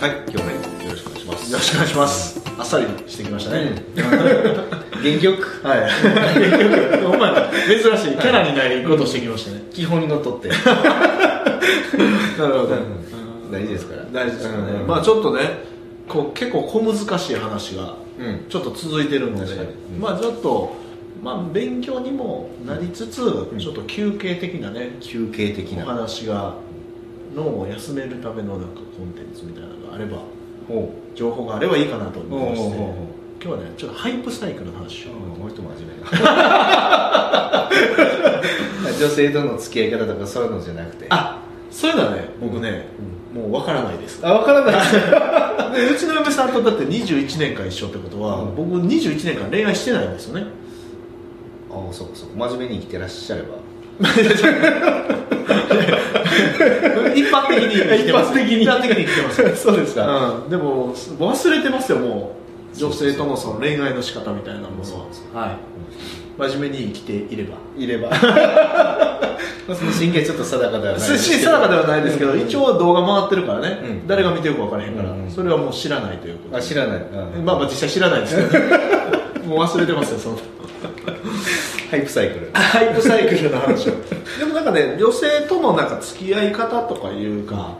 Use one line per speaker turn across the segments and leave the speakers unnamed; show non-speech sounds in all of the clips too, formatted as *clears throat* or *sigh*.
はい、今日もよろしくお願いします。
よろしくお願いしますあっさりしてきました
*laughs*
ね、
元気よく。
はいお前珍しいキャラになることしてきましたね、
基本にのっと *laughs* って。
なるほど、
大事ですから。
大事ですかね、
うん
まあちょっとねこう結構小難しい話が
うん。
ちょっと続いてるので、
確かにうん
まあちょっと、まあ、勉強にもなりつつ、
ん
ちょっと休憩的なね
休憩的
お
な。
話が脳を休めるためのなんかコンテンツみたいなのがあれば
ほ
情報があればいいかなと
う
思いまし
ほ
て
うほうほう
今日はねちょっとハイプサイクルの話を
うんもう一も真面 *laughs* 目な。女性との付き合い方とかそういうのじゃなくて。
あそういうのはね僕ね、もうわからないです
あ、わからない。
でうちの嫁さんとだって21年間一緒ってことは、
うん
僕21年間恋愛してないんですよ
*laughs*
ね
あ、そうかそうか。真面目に生きてらっしゃれば。
一般的に生きてます
一般的に
一般的に生きてます
*laughs* そうです。
うん、でも忘れてますよもう女性とのその恋愛の仕方みたいなもの
そう
は、はい、真面目に生きていれば
い *laughs* れば。その神経ちょっと定かではない。 *laughs*
寿司定かではないですけど、
うん
一。応動画回ってるからね、
うん
誰が見てるか分からへんから、
うん
それはもう知らないということで
あ、知らない。うん
まあまあ実際知らないですけど、
*laughs*
もう忘れてますよその
ハイプサイクル。
ハイプサイクルの話をでもなんかね女性とのなんか付き合い方とかいうか、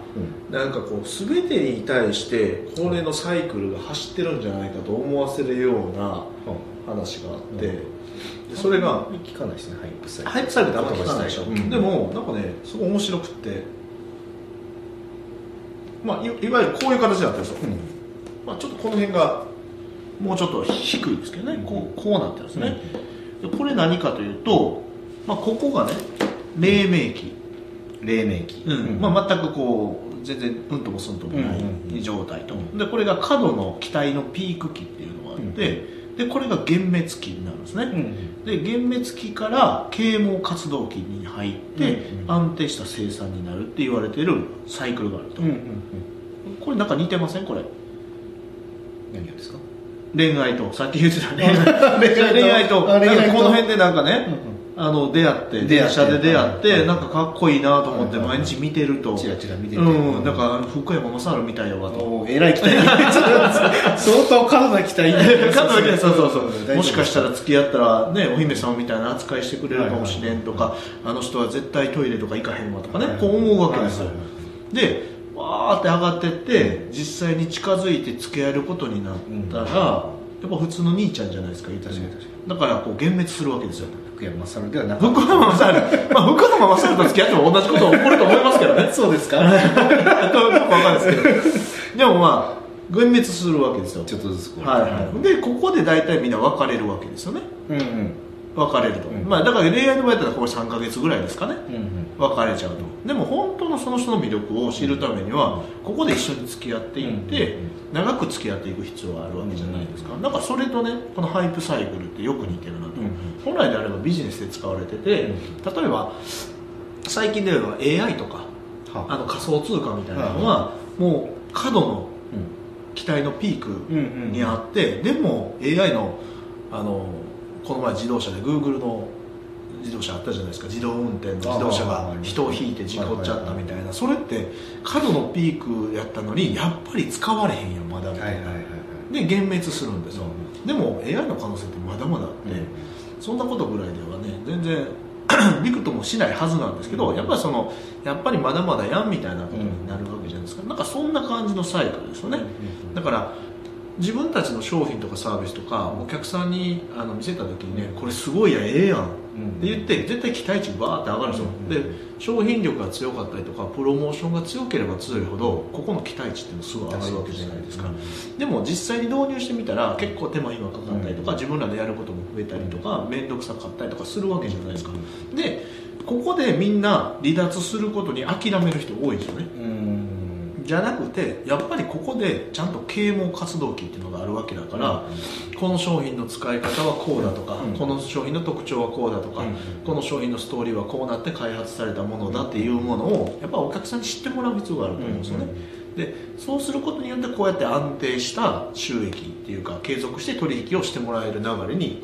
なんかこう全てに対して恒例のサイクルが走ってるんじゃないかと思わせるような話があって、でそれが
聞かないですね、ハイプサイクル。
ハイプサイクルってあんま聞かないでしょ、
うん
でもなんかねすごい面白くってまあいいわゆるこういう形になってるんですよ、まあ、ちょっとこの辺がもうちょっと低いですけどねこうこうなってるんですね、でこれ何かというと、まあ、ここがね黎明期、
黎明期、
うんまあ、全くこう全然うんともすんともな
うんうん
い状態と、でこれが過度の期待のピーク期っていうのがあって、でこれが幻滅期になるんですね、
うん
で幻滅期から啓蒙活動期に入って、
うんうん
安定した生産になるって言われてるサイクルがあると、
うんうん
これなんか似てませんこれ
何がですか
恋愛とさっき言ってた *laughs* 恋愛恋愛と
あ恋愛と
なんかこの辺でなんかね、
う
あの出会って
出会って
電車で出会って、
はい
なんかかっこいいなと思って
はいはい
毎日見てると、
チラチラ見てて
うん、なんか福山雅治みたいやわと
おーえらい期待相当 *laughs* 過度な期待
かとい *laughs* ってそうそうそうもしかした
ら
ら付き合ったらねお姫様みたいな扱いしてくれるかもしれんとか、あの人は絶対トイレとか行かへんわとかね、こう思うわけですよ、でわーって上がってって実際に近づいて付き合えることになったら、
うん
やっぱ普通の兄ちゃんじゃないですか言ったら
確かに確か
だからこう幻滅するわけですよ
福山雅治ではな
福山雅治、まあ、福山雅治と付き合っても同じこと起こると思いますけど *laughs* ね
そうですか
どうか分かんないですけどでもまあ幻滅するわけですよ
ちょっとずつこう
はいはい、でここで大体みんな別れるわけですよね
うんうん
別れると、
うん
まあ、だから恋愛の場合だったらこれ3か月ぐらいですかね
うんうん
別れちゃうとでも本当のその人の魅力を知るためにはここで一緒に付き合っていって、
うん
長く付き合っていく必要があるわけじゃないですか、なんかそれとねこのハイプサイクルってよく似てるなと、
うん
本来であればビジネスで使われてて、例えば最近で言えば AI とか
は
あの仮想通貨みたいなのは、もう過度の期待のピーク、
うんうん
にあって、でも AI のあのこの前自動車で Google の自動車あったじゃないですか自動運転の自動車
あ
が
ー
人を引いて事故っちゃったみたい
は
なそれって過度のピークやったのにやっぱり使われへんやんまだみ
は
た
い
い
はい
な、
はいはい
で幻滅するんですよ、
う
でも AI の可能性ってまだまだあって、そんなことぐらいではね全然 *coughs* びくともしないはずなんですけど、やっぱりそのやっぱりまだまだやんみたいなことになるわけじゃないですか、なんかそんな感じのサイクルですよね、だから自分たちの商品とかサービスとかお客さんにあの見せた時にねこれすごいやんええやんって言って絶対期待値バーって上がるでしょ、
うん
で商品力が強かったりとかプロモーションが強ければ強いほどここの期待値っていうのすごい上がるわけじゃないですか、でも実際に導入してみたら結構手間暇かかったりとか、
うん
自分らでやることも増えたりとか面倒くさかったりとかするわけじゃないですかでここでみんな離脱することに諦める人多いんですよね
うん
じゃなくてやっぱりここでちゃんと啓蒙活動期っていうのがあるわけだから、この商品の使い方はこうだとか、
うん
この商品の特徴はこうだとか、
うん
この商品のストーリーはこうなって開発されたものだっていうものをやっぱお客さんに知ってもらう必要があると思うんですよね、でそうすることによってこうやって安定した収益っていうか継続して取引をしてもらえる流れに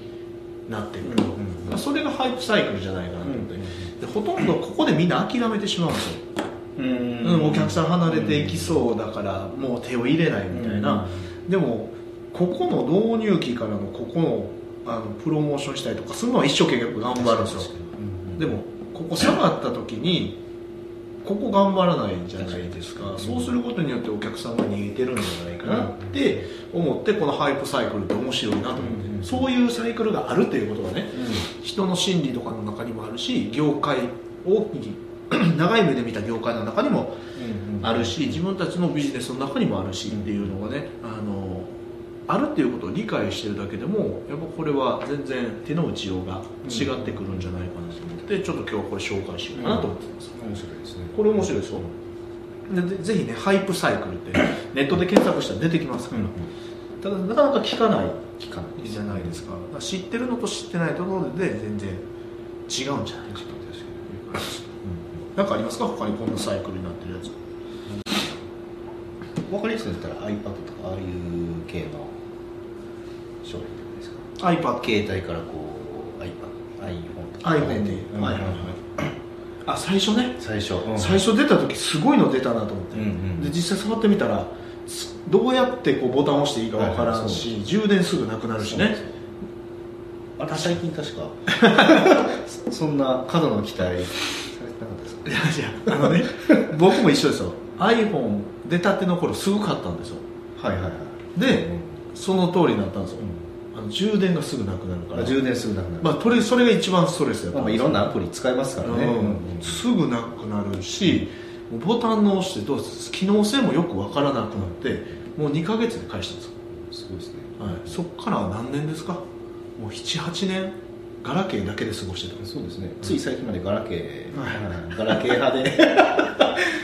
なってくると、
うんうんうん
まあそれがハイプサイクルじゃないかなと思って、でほとんどここでみんな諦めてしまうんですよ
ううん
うん、お客さん離れていきそうだからもう手を入れないみたいな、でもここの導入期からのここのあのプロモーションしたりとかするのは一生懸命頑張るんですよ
うん
でもここ下がった時にここ頑張らないじゃないですか
確かに
そうすることによってお客さんが逃げてるんじゃないかなって思ってこのハイプサイクルって面白いなと思って、
うん
そういうサイクルがあるっていうことがね人の心理とかの中にもあるし業界を *clears throat* 長い目で見た業界の中にも
うんうん
あるし自分たちのビジネスの中にもあるしっていうのがねあのあるっていうことを理解してるだけでもやっぱこれは全然手の打ちようが違ってくるんじゃないかなと思ってちょっと今日はこれ紹介しようかなと思ってます、
面白いですね
これ面白いですよでぜぜひねハイプサイクルってネットで検索したら出てきますから、ただなかなか聞かない
期間
じゃないですかだから知ってるのと知ってないところで全然違うんじゃないかと何かありますか他にこんなサイクルになってるやつ
分かりやすく言ったら iPad とかああいう系の商品とかですか
iPad
携帯からこう iPad、iPhone とか
iPhone で、
うん
はいはいはいあ最初ね、
最初、
最初出た時すごいの出たなと思って、
うんうん
で実際触ってみたらすどうやってこうボタンを押していいかわからんし、充電すぐなくなるしね
あれ最近確かそ *laughs* そんな過度の期待されてなかったですか
いやいやあのね *laughs* 僕も一緒ですよ iPhone 出たての頃すぐ買ったんですよ
はいはいはい
で
うん
その通りになったんですよ、あの充電がすぐなくなるか
まあ
ら、
充電すぐなくなる、
まあ、とりあえずそれが一番ストレスやった
まあま
ん
あい
ですよ
ろんなアプリ使えますからね、
うんすぐなくなるしもうボタンの押してどうす機能性もよくわからなくなってもう2ヶ月で返したんですよ、
すごいですね
はい、そっからは何年ですかもう78年ガラケーだけで過ごしてたんです
そうですねつい最近までガラケー、
は
ガラケー
*laughs*
派でい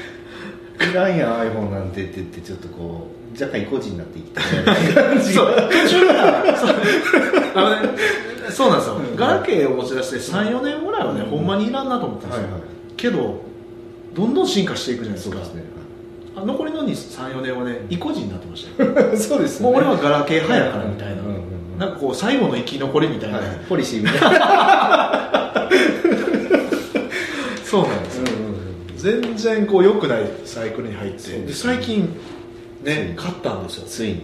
らんやん iPhone なんてって言ってちょっとこう若干意固地になっていきたい感じ
*laughs* そう途中からそうあのねそうなんですよ、
うん
ガラケーを持ち出して34年ぐらいはね、
うん
ほんまにいらんなと思ったんですよ、
はいはい
けどどんどん進化していくじゃないです
そう
か
ですね
あ残りの34年はね意固地になってましたよ
そうです
もう俺は
は
ガラケー派やからみたいな、
うんうんうんうん
なんかこう最後の生き残りみたいな、
い、ポリシーみたいな
そうなんですよ、全然こう良くないサイクルに入って、
そう
で最近ね
そう
買ったんですよ
ついにね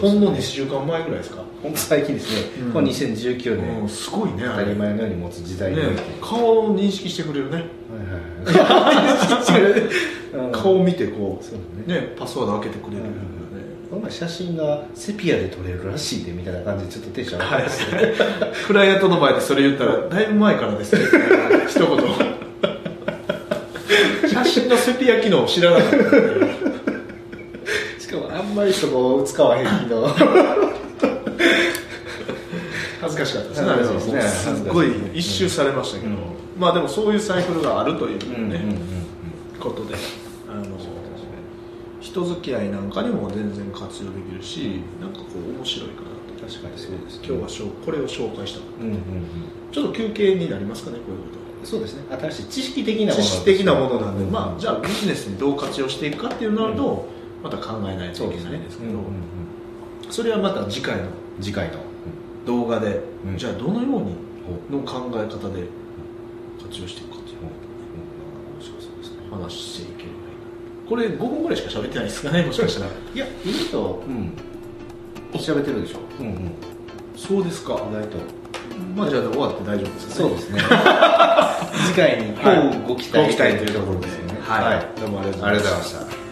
ほんの2
です
週間前ぐらいですか、
ほんと最近ですね、
うん
これ2019年、
うんすごいね
当
あ
た
れ
り
ね
前のように持つ時代になって、
顔を認識してくれるね
はいはいはい
顔を見てこ
そう
う
だね
ねパスワード開けてくれるよね
この前写真がセピアで撮れるらしいでみたいな感じでちょっとテンション上が
は
り
い
ました、
クライアントの前でそれ言ったらだいぶ前から
*laughs*
ですね一言写真のセピア機能を知らなかったっていう
しかもあんまりそこ使わへんけど
恥ずかしかったですね、
恥ず
あ
かしい
れは
ですね
すっごい
恥ずかしい
一周されましたけど、
うん
まあでもそういうサイクルがあるというね、
うん
ことであの人付き合いなんかにも全然活用できるし、なんかこう面白いかなと
確かにそうですね
今日はしょうこれを紹介したかっ
うんうん
たちょっと休憩になりますかねこういうことは
そうですね新しい知識的なもの
知識的なものなんで、
うん
まあじゃあビジネスにどう活用していくかっていうのと、また考えないといけないんですけどそ
うんうんうん
れはまた次回の
次回の、
動画で、
うん
じゃあどのように
お
の考え方で活用していくかっていう
面白そうですね
話していければいいなこれ5分ぐらいしか喋ってないですかねもしかしたら
いや意外とうん調べてるでしょうんうん
そうですか
意外と
まあじゃあ終わって大丈夫ですかね
そうですね次回にこうご期
ご
待
期待というところで
ですね
はい、どうもありがとうございました
した